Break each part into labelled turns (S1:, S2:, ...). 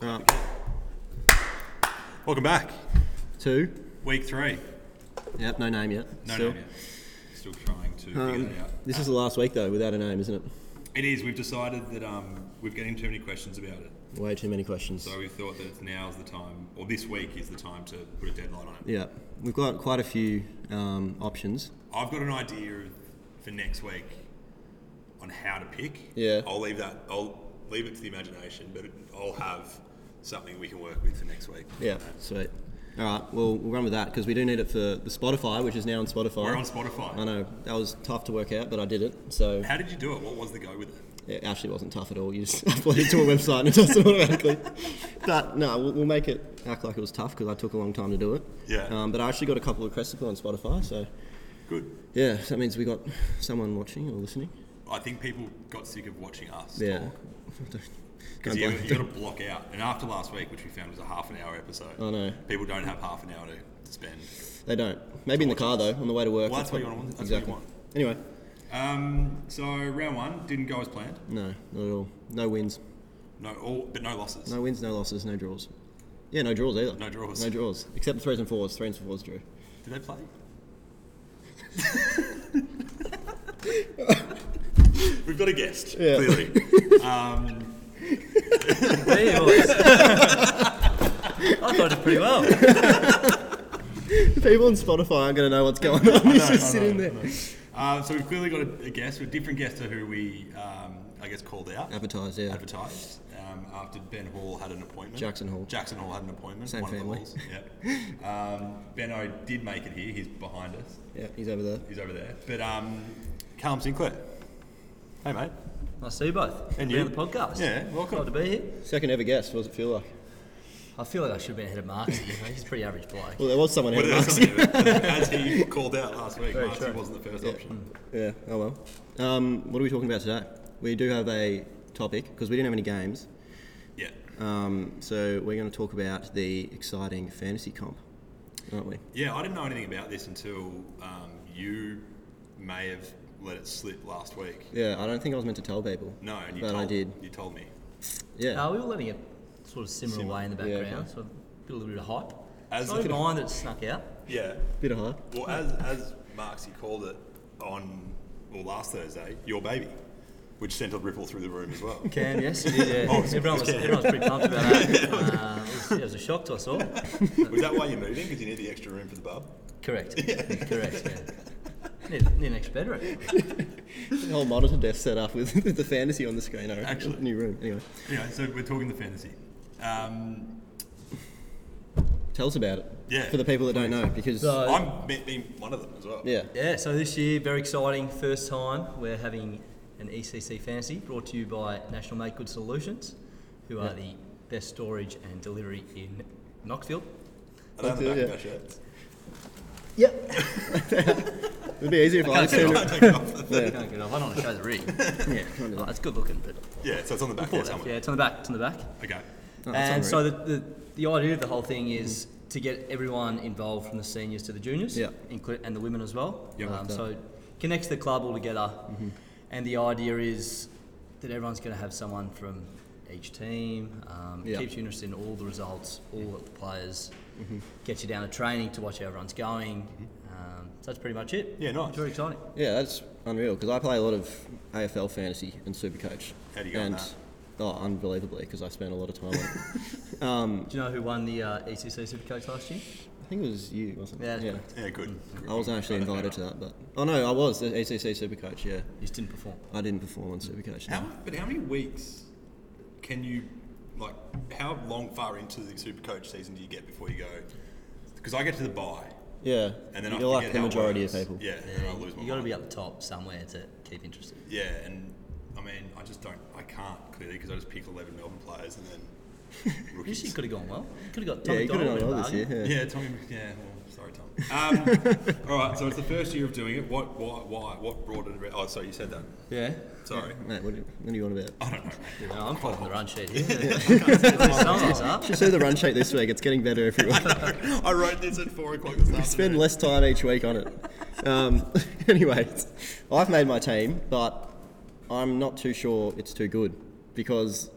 S1: Right. Welcome back.
S2: Two.
S1: Week three.
S2: Yep, no name yet.
S1: No,
S2: Still.
S1: no, no. Still trying to
S2: Um,
S1: figure that out.
S2: This is the last week though, without a name, isn't it?
S1: It is. We've decided that um, we're getting too many questions about it.
S2: Way too many questions.
S1: So we thought that now's the time, or this week is the time to put a deadline on it.
S2: yeah, we've got quite a few um, options.
S1: I've got an idea of- for next week on how to pick.
S2: Yeah.
S1: I'll leave that. I'll leave it to the imagination, but I'll have something we can work with for next week.
S2: Yeah, sweet. All right, well we'll run with that because we do need it for the Spotify, which is now on Spotify.
S1: We're on Spotify.
S2: I know that was tough to work out, but I did it. So
S1: How did you do it? What was the go with it?
S2: it actually wasn't tough at all. You just upload it to a website and it does it automatically. But no, we'll, we'll make it act like it was tough because I took a long time to do it.
S1: Yeah.
S2: Um, but I actually got a couple of requests to put on Spotify, so
S1: Good.
S2: yeah, so that means we got someone watching or listening.
S1: I think people got sick of watching us.
S2: Yeah. Don't-
S1: Because
S2: don't
S1: you,
S2: blame-
S1: you got to block out. And after last week, which we found was a half an hour episode,
S2: I know.
S1: people don't have half an hour to spend.
S2: They don't. Maybe in the car though, on the way to work.
S1: Well, that's what you want. That's what you
S2: exactly.
S1: want.
S2: Anyway,
S1: Um, so round one didn't go as planned.
S2: no, not at all. No wins.
S1: No, all but no losses.
S2: No wins, no losses, no draws. Yeah, no draws either.
S1: No draws.
S2: No draws. Except the threes and fours. Threes and fours drew.
S1: Did they play? We've got a guest,
S2: Yeah.
S1: clearly. Um,
S3: Hey, boys. I thought I did pretty well.
S2: The people on Spotify aren't going to know what's going on. He's
S1: I
S2: just
S1: know,
S2: sitting
S1: I
S2: there.
S1: know. uh, so we've clearly got a, a guest, a different guest to who we, um, I guess, called out,
S2: Advertised, yeah.
S1: advertised, um, after Ben Hall had an appointment.
S2: Jackson Hall.
S1: Jackson Hall had an appointment.
S2: Same
S1: one
S2: family.
S1: Of the Halls, yep. um, Benno did make it here. He's behind us.
S2: yeah, he's over there.
S1: He's over there. But um, Callum Sinclair. Hey, mate.
S3: Nice to see you both.
S1: And
S3: Be
S1: you.
S3: on the podcast.
S1: Yeah, welcome.
S3: Glad to be here.
S2: Second ever guest. What does it feel like?
S3: I feel like I should have been ahead of Mark. He's a pretty average bloke.
S2: Well, there was someone
S1: Well,
S2: here.
S1: that's
S2: last-
S1: something that- as he called out last week,
S3: Very
S1: Marcy
S3: true.
S1: wasn't the first option.
S2: Yeah. Oh well. Um, what are we talking about today? We do have a topic because we didn't have any games.
S1: Yeah.
S2: Um, so we're going to talk about the exciting fantasy comp, aren't we?
S1: Yeah, I didn't know anything about this until um, you may have let it slip last week.
S2: Yeah, I don't think I was meant to tell people.
S1: No, and you
S2: but
S1: told,
S2: I did.
S1: You told me.
S2: Yeah.
S3: Uh, we were letting it sort of simmer, away in the
S2: Yeah,
S3: background,
S2: okay.
S3: so a little bit of hype.
S1: As
S3: As I
S1: the-
S3: don't mind that it snuck out.
S1: Yeah.
S2: Bit of hype.
S1: Well, as as Marksy called it on well last Thursday, your baby, which sent a ripple through the room as well.
S3: Cam, yes, you did, yeah.
S1: Oh, it's-
S3: everyone, was,
S1: it's Cam.
S3: everyone was pretty pumped about that. Uh, it, was, yeah, it was a shock to us all.
S1: Was that why you're moving? Because you need the extra room for the bub.
S3: Correct. Correct, yeah. Need, need an extra bedroom.
S2: The whole monitor desk set up with, with the fantasy on the screen. I reckon.
S1: Actually.
S2: new room. Anyway,
S1: Yeah. So we're talking the fantasy. Um,
S2: tell us about it.
S1: Yeah.
S2: For the people that don't know, because
S3: So-
S1: I'm be- being one of them as well.
S2: yeah,
S3: Yeah, so this year, very exciting. First time we're having an ECC Fantasy brought to you by National Make Good Solutions, who are the best storage and delivery in Knoxville.
S1: I don't have the back
S2: Yeah.
S1: of our shirts.
S3: Yep.
S2: it'd be easier if I,
S3: can't
S2: turned
S1: I
S2: it.
S1: take it off the-
S3: I don't want to show the rig. yeah, oh, it's good looking, but
S1: Yeah, so it's on the back there somewhere.
S3: yeah, it's on the back. It's on the back.
S1: Okay.
S2: Oh, that's
S3: and
S2: all
S3: so
S2: right.
S3: the, the, the idea of the whole thing is to get everyone involved from the seniors to the juniors,
S2: Yeah.
S3: inclu- and the women as well.
S1: Yeah,
S3: um,
S2: like that. Mm-hmm.
S3: so it connects the club all together. And the idea is that everyone's going to have someone from each team, um,
S2: Yeah. Mm-hmm.
S3: keeps you interested in all the results, all of the players, gets you down to training to watch how everyone's going. Um, so that's pretty much it.
S1: Yeah, nice.
S3: Very exciting.
S2: yeah, that's unreal. Because I play a lot of AFL fantasy and Supercoach.
S1: How do you go on
S2: and,
S1: that?
S2: Oh, unbelievably, because I spent a lot of time on it.
S3: Do you know who won the uh, ECC Supercoach last year?
S2: I think it was you, wasn't it?
S3: Yeah, that's correct.
S1: Yeah, good.
S2: I wasn't actually invited to that, but oh no, I was the ACC Supercoach. Yeah,
S3: You just didn't perform.
S2: I didn't perform on Supercoach.
S1: How,
S2: No.
S1: but how many weeks can you, like, how long far into the Supercoach season do you get before you go? Because I get to the bye,
S2: Yeah,
S1: and then I
S2: you're like
S1: forget
S2: the
S1: how it
S2: majority of
S1: works.
S2: people.
S1: Yeah, and then I lose my
S3: you got to
S1: mind.
S3: be up the top somewhere to keep interested.
S1: Yeah, and I mean, I just don't, I can't clearly because I just pick 11 Melbourne players and then
S3: This year
S1: rookies.
S3: could have gone well. Could have got
S2: yeah,
S3: Tommy
S2: you could have
S3: Donovan
S2: done
S3: in
S2: well
S3: the
S2: this year.
S3: bargain.
S2: yeah.
S1: Yeah, Tommy, yeah, well, sorry, Tom. Um, all right, so it's the first year of doing it. What, why, why, what brought it about? Oh, sorry, you said that.
S3: Yeah.
S1: Sorry.
S2: Mate, what do you- what do you want about?
S1: I don't know.
S3: No, I'm following the run sheet here. Someone's up.
S2: Just do the run sheet this week. It's getting better every week.
S1: I wrote this at four o'clock this afternoon.
S2: Spend less time each week on it. Um, anyway, I've made my team, but I'm not too sure it's too good because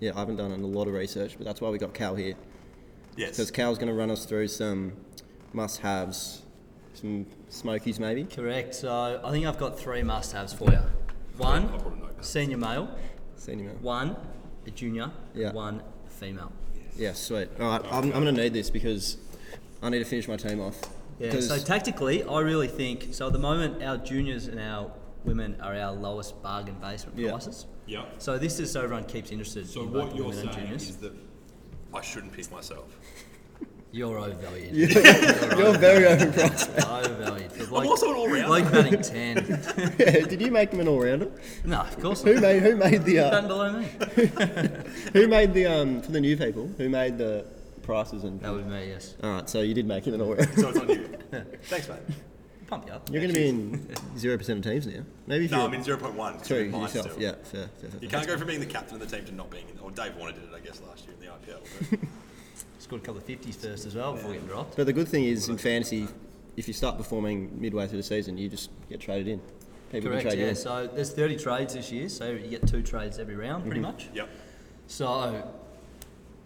S2: Yeah, I haven't done a lot of research, but that's why we got Cal here.
S1: Yes.
S2: Because Cal's going to run us through some must haves, some smokies maybe.
S3: Correct. So I think I've got three must-haves for you. One,
S1: I've got a notepad.
S3: senior male.
S2: Senior male.
S3: One, a junior.
S2: Yeah.
S3: One, a female.
S2: Yeah, sweet. All right, I'm, I'm going to need this because I need to finish my team off.
S3: Yeah.
S2: 'Cause-
S3: So tactically, I really think so. At the moment, our juniors and our women are our lowest bargain basement
S2: Yeah.
S3: prices.
S1: Yeah.
S3: So this is so everyone keeps interested.
S1: So
S3: in both
S1: what
S3: the
S1: you're
S3: women and
S1: saying
S3: juniors.
S1: is that I shouldn't pick myself.
S3: You're overvalued.
S2: you're very overpriced.
S3: overvalued. For bloke,
S1: also an all-rounder.
S3: Bloke batting 10.
S2: yeah, did you make him an all-rounder?
S3: no, of course
S2: Who
S3: not.
S2: made who made the
S3: Batting
S2: uh,
S3: below me.
S2: who made the um for the new people? Who made the prices and?
S3: That would be me, yes.
S2: All right, so you did make him an all-rounder.
S1: So it's on you. Thanks, mate.
S3: Pump you up.
S2: You're going to be in zero percent of teams now. Maybe if you're
S1: No, I mean 0.1. 'cause
S2: true
S1: you're mine
S2: yourself.
S1: still.
S2: Yeah, fair, fair, fair.
S1: You can't go from being the captain of the team to not being. Or Dave Warner did it, I guess, last year in the IPL. but-
S3: Scored a couple of 50s first as well before getting dropped.
S2: But the good thing is in fantasy, if you start performing midway through the season, you just get traded in. People
S3: Correct,
S2: can trade
S3: yeah.
S2: you in.
S3: So there's 30 trades this year, so you get two trades every round, pretty
S2: Mm-hmm.
S3: much.
S1: Yep.
S3: So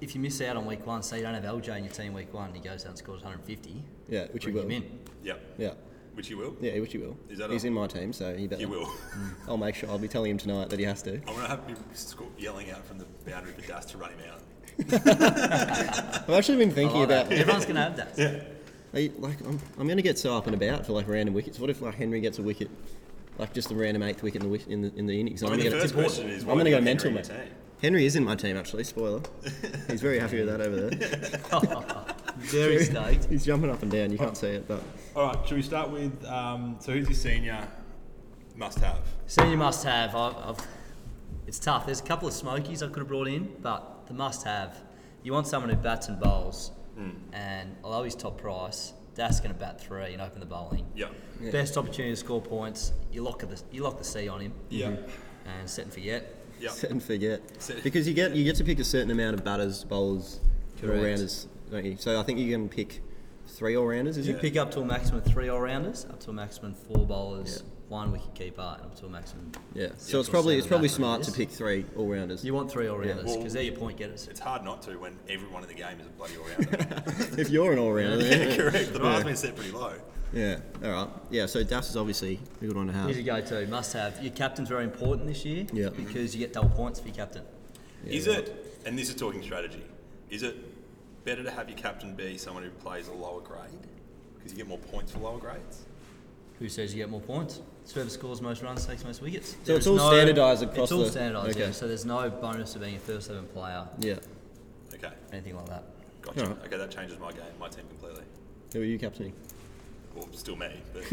S3: if you miss out on week one, say you don't have LJ in your team week one, he goes out and scores 150.
S2: Yeah, which you
S3: bring
S2: will.
S3: him in.
S1: Yep.
S2: Yeah,
S1: Which you will.
S2: yeah, which you will.
S1: Is that
S2: He's
S1: all?
S2: in my team, so he better.
S1: You will.
S2: I'll make sure. I'll be telling him tonight that he has to.
S1: I'm gonna have you sco- yelling out from the boundary for Das to run him out.
S2: I've actually been
S3: I
S2: thinking
S3: like
S2: about.
S3: that. Everyone's going to have that.
S2: Are you- like I'm, I'm going to get so up and about for like random wickets. What if like Henry gets a wicket, like just a random eighth wicket in the wi- in the, in the innings?
S1: I
S2: I'm
S1: mean, the
S2: going
S1: first
S2: to
S1: question is.
S2: I'm
S1: why
S2: gonna
S1: do you
S2: go
S1: have
S2: mental,
S1: Henry in your
S2: mate.
S1: team?
S2: Henry is in my team actually. Spoiler. He's very happy with that over there.
S3: Very stoked.
S2: He's jumping up and down. You can't see it, but
S1: All right. Should we start with? Um, so who's your senior? Must have.
S3: Senior must have. I've, I've, it's tough. There's a couple of smokies I could have brought in, but the must have. You want someone who bats and bowls.
S1: Hmm.
S3: And although he's top price, that's going to bat three and open the bowling.
S1: Yep.
S3: Best opportunity to score points. You lock the you lock the C on him
S1: Yep.
S3: and set and forget.
S1: Yep.
S2: set and forget.
S1: Set-
S2: Because you get you get to pick a certain amount of batters, bowlers, all
S3: Correct.
S2: rounders, don't you? So I think you can pick three all rounders. Is
S3: You
S2: it?
S3: pick up to a maximum of three all rounders, up to a maximum of four bowlers, one wicket keeper, and up to a maximum.
S2: Yeah.
S3: Yeah,
S2: So it's probably it's
S3: so
S2: probably
S3: that
S2: smart
S3: is.
S2: to pick three all rounders.
S3: You want three all rounders because
S1: Well-
S3: they're your point getters.
S1: It's hard not to when everyone in the game is a bloody all-rounder.
S2: If you're an all rounder,
S1: yeah, correct. The bar's been set pretty low.
S2: Yeah. All right. Yeah. So Das is obviously a good one to have.
S3: Here's a go-to must-have. Your captain's very important this year
S2: Yeah.
S3: because you get double points for your captain.
S1: is it? And this is talking strategy. Is it better to have your captain be someone who plays a lower grade because you get more points for lower grades?
S3: Who says you get more points? It's whoever scores most runs takes most wickets. So
S2: it's all standardised across
S3: It's all
S2: the-
S3: standardised.
S2: okay.
S3: Yeah. So there's no bonus to being a first seven player,
S2: Yeah.
S1: Okay,
S3: anything like that.
S1: gotcha.
S2: Alright.
S1: Okay, that changes my game, my team completely.
S2: Who are you captaining?
S1: Well, still me, but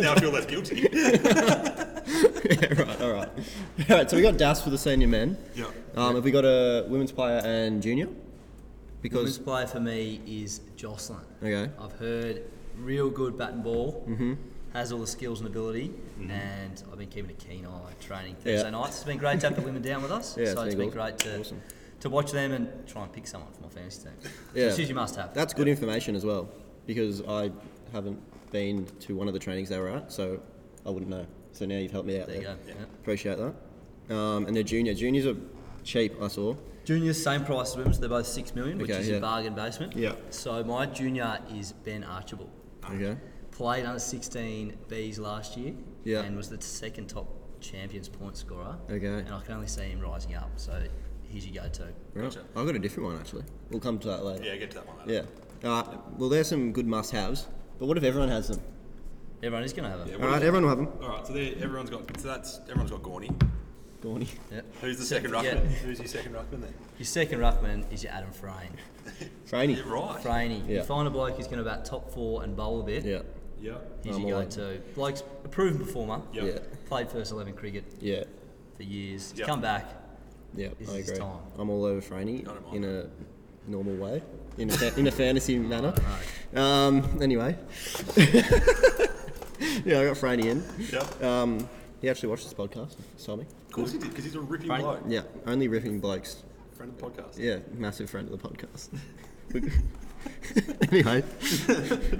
S1: now I feel less guilty.
S2: yeah. Right. All right. All right. So we got Das for the senior men.
S1: Yeah.
S2: Um, have we got a women's player and junior?
S3: Women's
S2: Because
S3: player for me is Jocelyn.
S2: Okay.
S3: I've heard real good bat and ball. Mm-hmm. Has all the skills and ability, and I've been keeping a keen eye training
S2: Mm-hmm. Yeah.
S3: Thursday nights. It's been great to have the women down with us.
S2: Yeah, it's
S3: so it's
S2: been
S3: been
S2: good.
S3: great to
S2: Awesome.
S3: to watch them and try and pick someone for my fantasy team.
S2: Yeah.
S3: This is your must-have.
S2: that's good information as well. Because I haven't been to one of the trainings they were at, so I wouldn't know. So now you've helped me out.
S3: There you go. Yeah.
S2: Appreciate that. Um, and they're junior. Juniors are cheap. I saw.
S3: Juniors, same price as women's. They're both six million, which
S2: Okay,
S3: is
S2: yeah.
S3: your bargain basement.
S2: Yeah.
S3: So my junior is Ben Archibald.
S2: Okay.
S3: Played under sixteen Bs last year.
S2: Yeah.
S3: And was the second top champions point scorer.
S2: Okay.
S3: And I can only see him rising up. So he's your go-to.
S2: Right.
S1: Gotcha.
S2: I've got a different one actually. We'll come to that later.
S1: Yeah, get to that one later.
S2: Yeah. All right. Well, there's some good must-haves. But what if everyone has them?
S3: Everyone is going to have him.
S1: Yeah,
S2: All
S1: what
S2: right.
S1: is it?
S2: Everyone will have them.
S1: All right, so there, everyone's got. So that's everyone's got Gorney.
S2: Gorney.
S3: Yep.
S1: Who's the
S3: Except
S1: second
S3: for- yeah,
S1: ruckman? Who's your second ruckman then?
S3: Your second ruckman is your Adam Frayne.
S2: Franny.
S1: You're right.
S3: Franey.
S2: Yeah.
S3: You find a bloke who's going to bat top four and bowl a bit.
S2: Yeah.
S1: Yeah.
S3: He's
S2: I'm
S3: your
S2: all in.
S3: go-to. Bloke's a proven performer.
S1: Yeah.
S2: Yeah.
S3: Played first eleven cricket
S2: Yeah.
S3: for years. He's
S1: Yeah.
S3: come back.
S2: Yeah,
S3: This
S2: I
S3: is his
S2: agree.
S3: time.
S2: I'm all over Franny
S1: Not at all.
S2: in a normal way, in a, fa- in a fantasy manner. Um, anyway, yeah, I got Franny in.
S1: Yeah.
S2: Um, he actually watched this podcast. Saw me.
S1: Of course he did, because he's a ripping
S3: Franny-
S1: bloke.
S2: Yeah, only ripping blokes.
S1: Friend of the podcast.
S2: Yeah, massive friend of the podcast. anyway,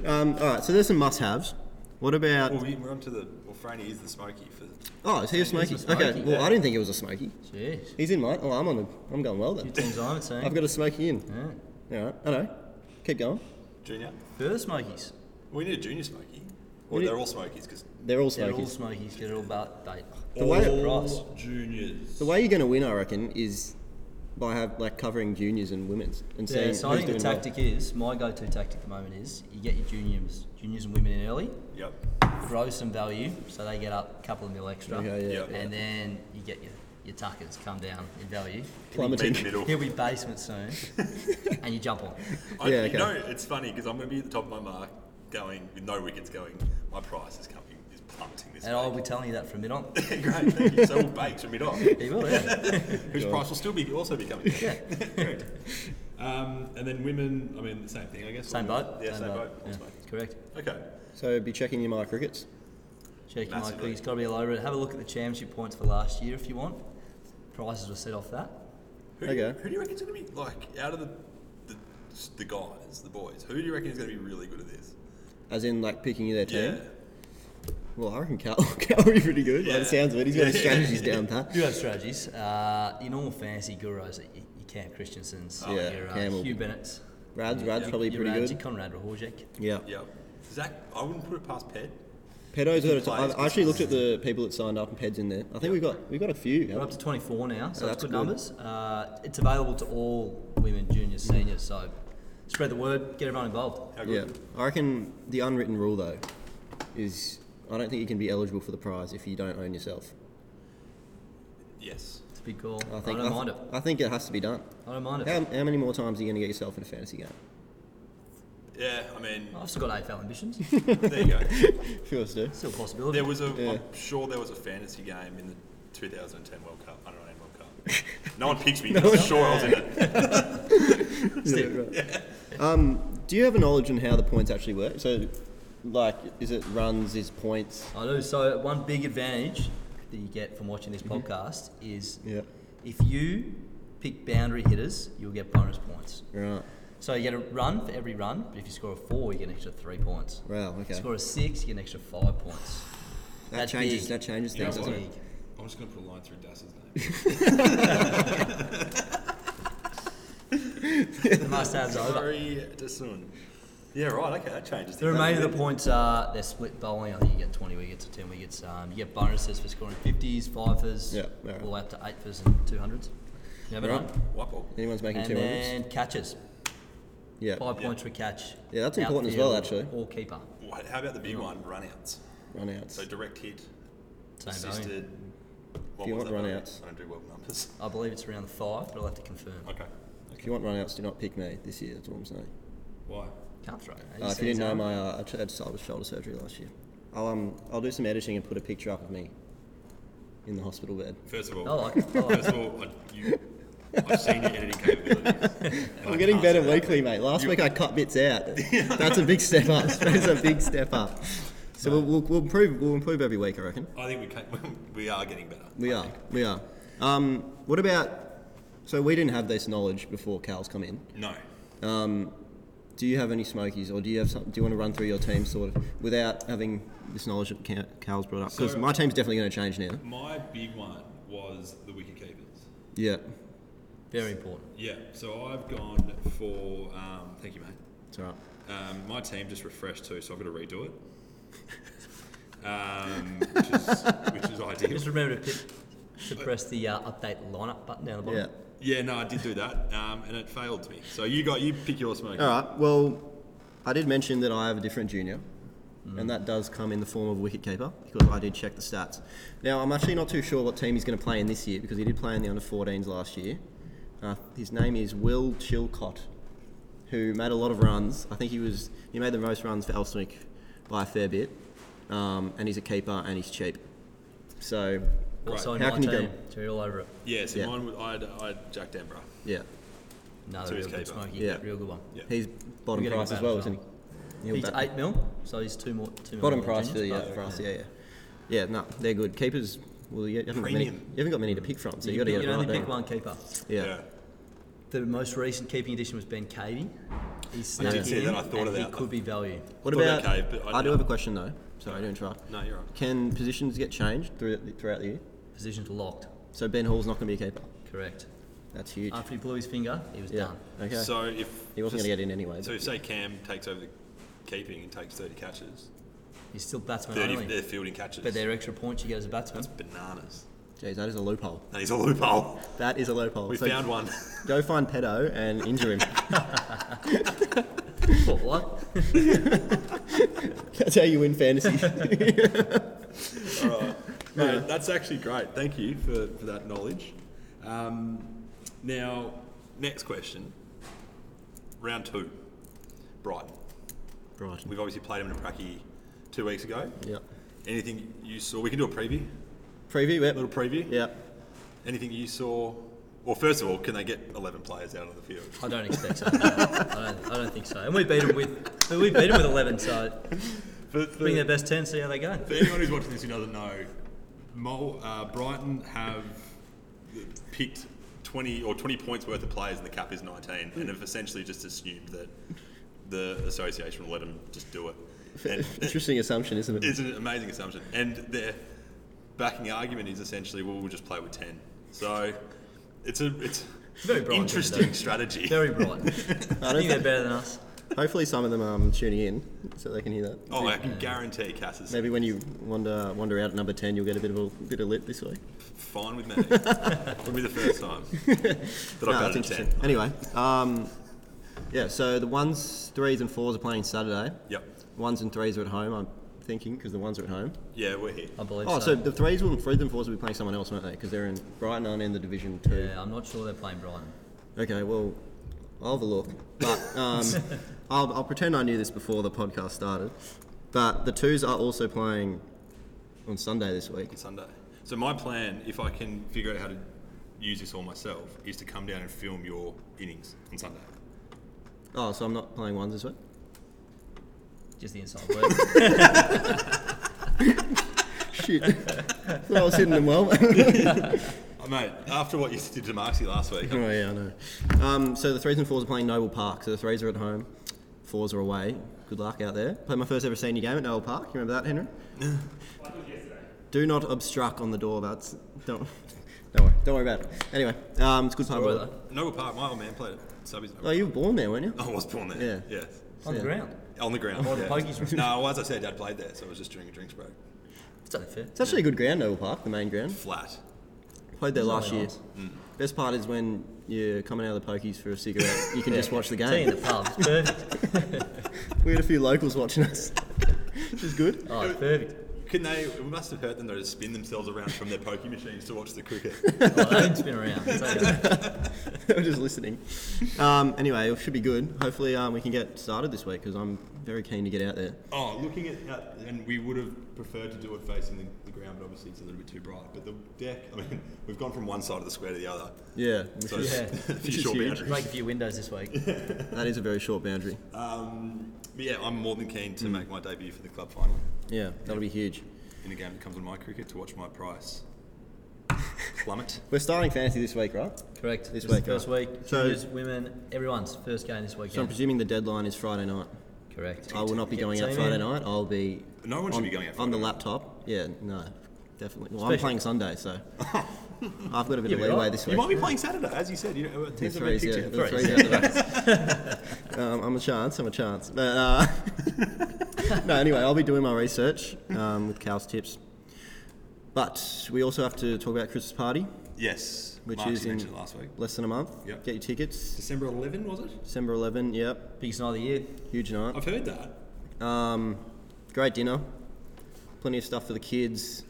S2: um, all right. So there's some must-haves. What about?
S1: Well, we, we're on to the. Well, Franny is the smoky for.
S2: oh, is he a smoky?
S3: He's a
S2: Okay.
S3: smoky,
S2: Well,
S3: yeah.
S2: I didn't think it was a smoky.
S3: Jeez.
S2: He's in mine. Oh, I'm on the. I'm going well
S3: Two
S2: then.
S3: teams I'm a team.
S2: I've got a smoky in.
S3: yeah.
S2: All right. I know. Keep going.
S1: Junior?
S3: Further smokies.
S1: We need a junior smoky. Well,
S2: We need-
S1: they're all smokies because
S2: They're all
S3: They're all
S2: smokies.
S3: smokies. They're all about they.
S2: The
S1: all
S2: way-
S1: juniors.
S2: The way you're going to win, I reckon, is by have like covering juniors and women's and seeing.
S3: Yeah, so I
S2: who's
S3: think the
S2: doing well.
S3: tactic is my go-to tactic at the moment is you get your juniors, juniors and women in early,
S1: Yep.
S3: grow some value so they get up a couple of mil extra,
S2: Okay,
S1: yeah.
S3: and then you get your your tuckers come down in value.
S2: Plummeting.
S1: Meet in the middle.
S3: He'll be basement soon, and you jump on.
S1: I,
S2: Yeah,
S1: You
S2: okay.
S1: know, it's funny because I'm going to be at the top of my mark going with no wickets going. My price is coming is plummeting this
S3: And I'll be telling you that from mid on.
S1: week. Great, thank you. So we'll bake from it off.
S3: He will, yeah.
S1: Whose price will still be also be coming.
S3: Yeah.
S1: Correct. Um, and then women, I mean, the same thing, I guess.
S3: Same boat.
S1: Yeah, same, boat.
S3: Yeah,
S1: All smoky.
S3: Correct.
S1: Okay.
S2: So be checking your my crickets.
S3: Check your
S1: Massively.
S3: market. It's got to be a low rate. Have a look at the championship points for last year if you want. Prices were set off that.
S1: Who, do you-
S2: Okay.
S1: who do you reckon's going to be, like, out of the, the the guys, the boys, who do you reckon is going to be really good at this?
S2: As in, like picking their team.
S1: Yeah.
S2: Well, I reckon Cal, Cal would be pretty good. By
S1: Yeah.
S2: the sounds of it, he's got his strategies down pat.
S3: You have strategies. Uh, your normal fantasy gurus, your, your Cam Christensen's,
S2: Oh, Yeah,
S3: your uh,
S2: Cam will-
S3: Hugh Bennett's,
S2: Rad's, Rad's probably
S3: your
S2: pretty
S3: Rads,
S2: good.
S3: your Conrad Rahorjek.
S2: Yeah.
S1: Yep. Zach, I wouldn't put it past Ped.
S2: Pedo's got a t- I
S1: Players,
S2: I actually looked at the people that signed up and Ped's in there. I think we've got we've got a few.
S3: We're
S2: haven't
S3: up to 24 now, so
S2: Yeah, Oh, that's
S3: that's good,
S2: good.
S3: numbers. Uh, it's available to all women, juniors, seniors, so spread the word, get everyone involved.
S1: How
S2: we? Yeah.
S1: good?
S2: I reckon the unwritten rule though is I don't think you can be eligible for the prize if you don't own yourself.
S1: Yes.
S3: It's a big call.
S2: I
S3: I,
S2: think
S3: don't
S2: th-
S3: mind it.
S2: I think it has to be done.
S3: I don't mind it.
S2: How, how many more times are you going to get yourself in a fantasy game?
S1: Yeah, I mean,
S3: I've still got AFL ambitions.
S1: there you go.
S2: Few of us do.
S3: Still a possibility.
S1: There was a.
S2: Yeah.
S1: am sure there was a fantasy game in the 2010 World Cup, under 19 World Cup. No one picked me. I'm sure I was in it.
S2: Um, do you have a knowledge on how the points actually work? So, like, is it runs, is points?
S3: I do. So one big advantage that you get from watching this podcast is
S2: Mm-hmm. Yeah.
S3: if you pick boundary hitters, you'll get bonus points.
S2: Right.
S3: So you get a run for every run, but if you score a four, you get an extra three points.
S2: Wow. Okay.
S3: Score a six, you get an extra five points.
S2: that
S3: that's
S2: changes.
S3: big.
S2: That changes
S1: You know
S2: things.
S1: what?
S2: doesn't it?
S3: Big.
S1: I'm just going to put a line through Das's name.
S3: the must haves are over.
S1: Sorry, Dasun. Yeah, right. Okay, that changes.
S3: The
S1: things.
S3: remainder of the points are they're split bowling. I think you get 20 wickets or 10 wickets. Um, you get bonuses for scoring 50s, 5s,
S2: Yeah, yeah.
S3: all the way up to 8s and 200s. You have it
S2: Right.
S3: right.
S1: White ball.
S2: Anyone's making
S3: And
S2: two hundreds.
S3: then catches.
S2: Yeah.
S3: Five
S1: Yeah.
S3: points for catch.
S2: Yeah, that's important as well,
S3: outfield,
S2: actually.
S3: Or keeper.
S1: What- How about the big one, run outs?
S2: Runouts.
S1: So direct hit,
S3: Same value.
S1: assisted. What
S2: you
S1: was
S2: want
S1: that
S2: run
S1: one?
S2: outs?
S1: I don't do well with numbers.
S3: I believe it's around the five, but I'll have to confirm.
S1: Okay.
S2: If you want runouts, do not pick me this year. That's all I'm saying.
S1: Why?
S3: Can't throw. Have
S2: Uh, if
S3: seen
S2: you didn't know,
S3: Zara?
S2: my uh, I t- had shoulder shoulder surgery last year. I'll um I'll do some editing and put a picture up of me in the hospital bed.
S1: First of all,
S3: I like it. I like
S1: first of all, I, you, I've seen your editing capabilities. and I
S2: I'm getting
S1: can't
S2: better
S1: say that.
S2: weekly, mate. Last week I cut bits out. That's a big step up. That's a big step up. So we'll, we'll, we'll improve. We'll improve every week, I reckon.
S1: I think we can, we are getting better.
S2: We are. We are. Um, what about? So we didn't have this knowledge before Cal's come in.
S1: No.
S2: Do you have any smokies, or do you have some? Do you want to run through your team sort of without having this knowledge that Ca- Cal's brought up? Because
S1: So-
S2: my team's definitely going to change now.
S1: My big one was the wicket keepers.
S2: Yeah.
S3: Very important.
S1: Yeah, so I've gone for. Um, thank you, mate.
S2: It's all right.
S1: Um, my team just refreshed too, so I've got to redo it. Um, which, is, which is ideal.
S3: Just remember to, pick, to press the uh, update lineup button down the bottom.
S2: Yeah.
S1: Yeah, no, I did do that, um, and it failed me. So you got you pick your smoke.
S2: All right. Well, I did mention that I have a different junior, and that does come in the form of wicketkeeper because I did check the stats. Now I'm actually not too sure what team he's going to play in this year because he did play in the under 14s last year. Uh, his name is Will Chilcott, who made a lot of runs. I think he was he made the most runs for Elswick by a fair bit, um, and he's a keeper and he's cheap. So
S3: Also in
S2: How
S3: my
S2: can you
S3: team,
S2: go-
S3: so you're all over it.
S1: Yeah, so
S2: Yeah.
S1: mine was I had, I had Jack Denborough.
S2: yeah,
S3: Another
S1: So he's
S3: real good
S1: keeper.
S3: smoky.
S2: Yeah.
S3: Real good one.
S1: Yeah.
S2: he's bottom
S3: We're getting
S2: price
S3: a
S2: as
S3: bad
S2: well,
S3: as
S2: isn't
S3: well.
S2: he? He'll
S3: He's
S2: bat-
S3: eight mil, so he's two more. Two
S2: Bottom
S3: more
S2: price for, the,
S3: juniors,
S2: yeah,
S3: but-
S2: for us, yeah, yeah. Yeah, no, they're good. Keepers, well, you haven't, got many, you
S1: Premium.
S2: haven't got many to pick from, so
S3: You,
S2: you got to
S3: you
S2: get it
S3: can
S2: right,
S3: only
S2: don't
S3: pick
S2: you?
S3: one keeper.
S2: Yeah.
S1: Yeah.
S3: The most recent keeping addition was Ben Cavey. He
S1: I
S3: snuck
S1: did see
S3: in,
S1: that. I thought
S3: and
S1: of
S3: he
S1: that.
S3: could be value.
S2: What
S1: Thought
S2: about?
S1: okay, but I
S2: I, do
S1: don't-
S2: have a question though. Sorry, I didn't interrupt.
S1: No, you're right.
S2: Can positions get changed through, throughout the year?
S3: Positions were locked.
S2: So Ben Hall's not going to be a keeper.
S3: Correct.
S2: That's huge.
S3: After he blew his finger, he was
S2: yeah.
S3: done.
S2: Okay.
S1: So if
S2: he wasn't going
S1: just-
S2: to get in anyway.
S1: So
S2: but-
S1: if say Cam takes over the keeping and takes 30 catches,
S3: He's still batsman
S1: 30
S3: only.
S1: they're fielding catches.
S3: But they're extra points you get as a batsman.
S1: That's bananas.
S2: Jeez, that is a loophole.
S1: That is a loophole.
S2: That is a loophole.
S1: We
S2: So
S1: found one.
S2: Go find pedo and injure him.
S3: What, what?
S2: That's how you win fantasy.
S1: No, that's actually great. Thank you for, for that knowledge. Um, now, next question. Round two, Brighton.
S2: right.
S1: We've obviously played them in a pracky two weeks ago.
S2: Yeah.
S1: Anything you saw? We can do a preview,
S2: Preview.
S1: a
S2: Yep.
S1: little preview.
S2: Yeah.
S1: Anything you saw? Well, first of all, can they get 11 players out on the field?
S3: I don't expect so. I don't, I don't think so. And we beat him with, but we beat him with 11, so
S1: For, for,
S3: bring their best 10, see how they go.
S1: for anyone who's watching this who doesn't know, Mol, uh, Brighton have picked 20 or 20 points worth of players, and the cap is 19, and have essentially just assumed that the association will let them just do it. And
S2: Interesting assumption, isn't it?
S1: it's an amazing assumption, and their backing argument is essentially, well, we'll just play with 10. So it's a it's
S3: Very Brighton,
S1: interesting strategy.
S3: Very bright. I think they're better than us.
S2: Hopefully, some of them are um, tuning in so they can hear that.
S1: Oh, I can guarantee Cass is
S2: Maybe when you wander wander out at number ten, you'll get a bit of a bit of lit this week.
S1: fine with me. It'll be the first time that
S2: No,
S1: I've
S2: that's
S1: got a
S2: interesting.
S1: 10.
S2: Anyway, um, yeah. So the ones, threes, and fours are playing Saturday.
S1: Yep.
S2: Ones and threes are at home. I'm thinking because the ones are at home.
S1: Yeah, we're here.
S3: I believe
S2: Oh, so
S3: so.
S2: the threes will, threes and fours will be playing someone else, won't they? Because they're in Brighton aren't in the Division Two.
S3: yeah, I'm not sure they're playing Brighton.
S2: Okay, well, I'll have a look. But um, I'll, I'll pretend I knew this before the podcast started. But the twos are also playing on Sunday this week.
S1: on Sunday. So my plan, if I can figure out how to use this all myself, is to come down and film your innings on Sunday.
S2: Oh, so I'm not playing ones this week?
S3: Just the inside word.
S2: Shit. Thought I was hitting them well.
S1: Oh, mate, after what you did to Marcy last week,
S2: oh, yeah, I know. Um, so the threes and fours are playing Noble Park. So the threes are at home, fours are away. Good luck out there. Played my first ever senior game at Noble Park. You remember that, Henry? Do not obstruct on the door. That's don't. Don't worry. Don't worry about it. Anyway, um, it's good time.
S3: Alright,
S1: Noble Park, my old man played it. Subbies.
S2: Oh, you were born there, weren't you?
S1: I was born there.
S2: Yeah.
S1: Yes.
S3: on the
S2: Yeah.
S3: ground.
S1: On the ground.
S3: Oh, the pokies were-
S1: No, well, as I said, Dad played there, so it was just during a drinks break.
S3: It's unfair.
S2: It's actually a good ground, Noble Park, the main ground.
S1: Flat.
S2: Played there last
S3: really Mm.
S2: year. Best part is when you're coming out of the pokies for a cigarette, you can just watch the
S3: Tea in the
S2: game.
S3: pub. It's perfect.
S2: We had a few locals watching us, which is good.
S3: Oh, it's perfect.
S1: Can they? It must have hurt them though to spin themselves around from their pokey machines to watch the cricket.
S3: Oh, they didn't spin around. It's okay.
S2: They were just listening. Um, anyway, it should be good. Hopefully, um, we can get started this week because I'm very keen to get out there.
S1: Oh, looking at that, and we would have preferred to do it facing the, the ground, but obviously it's a little bit too bright. But the deck, I mean, we've gone from one side of the square to the other.
S2: Yeah, which
S1: So
S2: is-
S1: it's
S3: Yeah.
S1: a
S2: Which
S1: few
S2: is
S1: short
S2: huge.
S1: boundaries.
S3: Break a few windows this week.
S2: that is a very short boundary.
S1: Um, but yeah, I'm more than keen to make my debut for the club final
S2: Yeah, that'll be huge.
S1: in a game that comes on my cricket to watch my price plummet.
S2: We're starting fantasy this week, right?
S3: Correct.
S2: This
S3: This,
S2: week,
S3: is the first
S2: right.
S3: week.
S2: So-
S3: Juniors, women, everyone's first game this
S2: So I'm
S3: weekend.
S2: presuming the deadline is Friday night.
S3: Correct.
S2: I will not be
S3: Get
S2: going out
S3: team
S2: Friday
S3: in.
S2: night. I'll be
S1: No one should
S2: on,
S1: be going out
S2: on the
S1: Friday night.
S2: laptop. Yeah, no, definitely. Well, I'm
S3: Especially-
S2: playing Sunday, so I've got a bit
S3: Yeah,
S2: of
S3: but
S2: leeway
S3: I-
S2: this
S1: You
S2: week.
S1: might be playing Saturday, as you said. You know,
S2: The
S1: uh, teams have been
S2: threes, yeah,
S1: picked yet.
S2: the
S3: Threes.
S2: threes out the back. um, I'm a chance. I'm a chance. But uh, no, anyway, I'll be doing my research um, with Cal's tips. But we also have to talk about Christmas party,
S1: Yes,
S2: which
S1: Mark,
S2: is
S1: you
S2: in
S1: mentioned it last week.
S2: less than a month.
S1: Yep.
S2: Get your tickets.
S1: December 11, was it?
S2: December 11. Yep,
S3: Biggest night of the year.
S2: huge night.
S1: I've heard that.
S2: Um, great dinner. Plenty of stuff for the kids.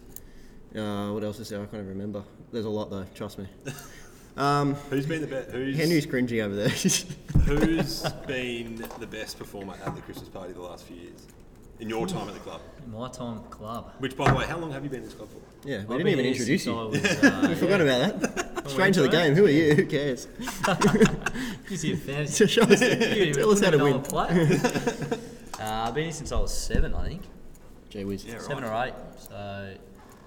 S2: Uh, what else is there? I can't even remember. There's a lot though. Trust me. Um,
S1: Who's been the best? Who's
S2: Henry's cringing over there.
S1: Who's been the best performer at the Christmas party the last few years? In your time at the club?
S3: My time at the club.
S1: Which, by the way, how long have you been in this club for?
S2: yeah, we didn't
S3: I've been
S2: even
S3: here
S2: introduce
S3: since
S2: you.
S3: I was, uh,
S2: We forgot
S3: yeah.
S2: about that.
S3: Oh,
S2: Strange of the
S3: okay.
S2: game. Who are you? Who cares?
S3: Gives uh, you a fantasy.
S2: So show us-
S3: You
S2: tell us how to
S3: don't
S2: win.
S3: even know I play. uh, I've been here since I was seven, I think.
S2: Gee whiz.
S1: Yeah, right.
S3: Seven or eight. So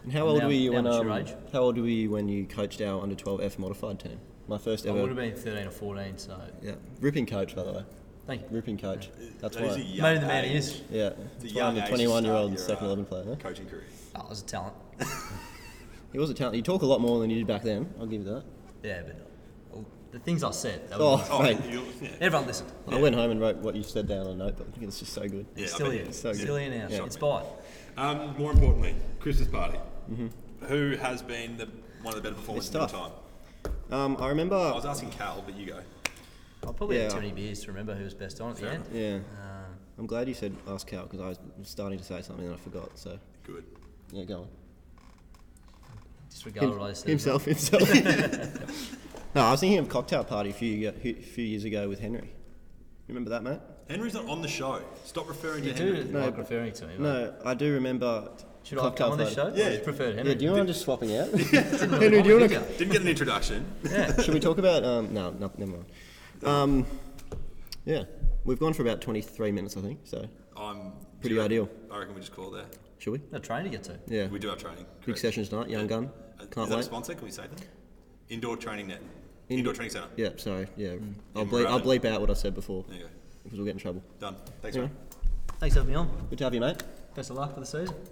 S2: And how old
S3: Now-
S2: were you
S3: now
S2: when?
S3: mature
S2: Um,
S3: age.
S2: how old were you when you coached our under twelve F modified team? My first
S3: I would
S2: ever.
S3: have been 13 or 14. So
S2: Yeah, ripping coach by the way.
S3: Thank you.
S2: Ripping coach. That's
S1: Uh, That is a
S2: why.
S1: young
S3: Made the man
S1: age.
S3: he is.
S2: Yeah.
S1: It's a
S2: That's why
S1: young
S2: I'm a
S1: age to
S2: 21 year old
S1: start your,
S2: second
S1: uh,
S2: 11 player. huh?
S1: Coaching career.
S3: That was Oh, a talent.
S2: He was a talent. You talk a lot more than you did back then. I'll give you that.
S3: Yeah, but uh, the things I said, that
S2: Oh,
S3: was,
S1: Oh,
S2: mate.
S1: you, yeah.
S3: everyone listened.
S2: I went home and wrote what you said down on a notebook. It's just so good.
S1: Yeah, I
S3: Still
S1: bet
S3: here.
S1: you-
S2: So
S3: Still
S2: good.
S3: here now.
S2: Yeah.
S3: It's bite.
S1: Um, more importantly, Christmas party. Who has been the, one of the better performers
S2: Mm-hmm. It's
S1: in your
S2: tough.
S1: time?
S2: Um, I
S1: I
S2: remember.
S1: was asking Cal, but you go.
S3: I probably
S2: Yeah.
S3: had too many beers to remember who was best on at the
S1: Fair
S3: end.
S2: Yeah.
S3: Um,
S2: I'm glad you said ask Cal because I was starting to say something and I forgot. So
S1: Good.
S2: yeah, go on.
S3: disregard what Oh, I said.
S2: himself, himself. no, I was thinking of cocktail party a few, year- a few years ago with Henry. You remember that, mate?
S1: Henry's not on the show. Stop referring to
S3: You
S1: Henry.
S3: do
S2: No,
S3: like
S2: but-
S3: referring to me. like,
S2: No, I do remember.
S3: Should I have come on this show?
S2: party.
S1: Yeah.
S3: I preferred Henry.
S2: Yeah, do you know I'm just swapping out?
S3: Didn't really
S2: Henry, do you
S3: want
S2: want
S3: to
S2: to?
S1: Didn't get an introduction.
S3: do that.
S2: Should we talk about? Um, no, no, never mind. Um, yeah, we've gone for about 23 minutes, I think. So
S1: I'm
S2: Pretty
S1: do you
S2: ideal.
S1: reckon- I reckon we just call it there.
S2: should we?
S3: Yeah. A train to get to.
S2: Yeah.
S1: We do have training.
S2: Big
S1: correct.
S2: sessions tonight.
S3: Oh,
S2: Young Gun.
S1: Uh, Is
S2: Can't
S1: that a
S2: wait.
S1: sponsor? Can we say them? Indoor training net.
S2: In-
S1: Indoor training centre.
S2: Yeah. Sorry. Yeah.
S3: Mm.
S2: I'll
S1: Yeah,
S2: bleep. I'll
S1: right.
S2: bleep out what I said before
S1: There you go.
S2: because we'll get in trouble.
S1: Done. Thanks,
S2: Yeah.
S1: man.
S3: Thanks for having me on.
S2: Good to have you, mate.
S3: Best of luck for the season.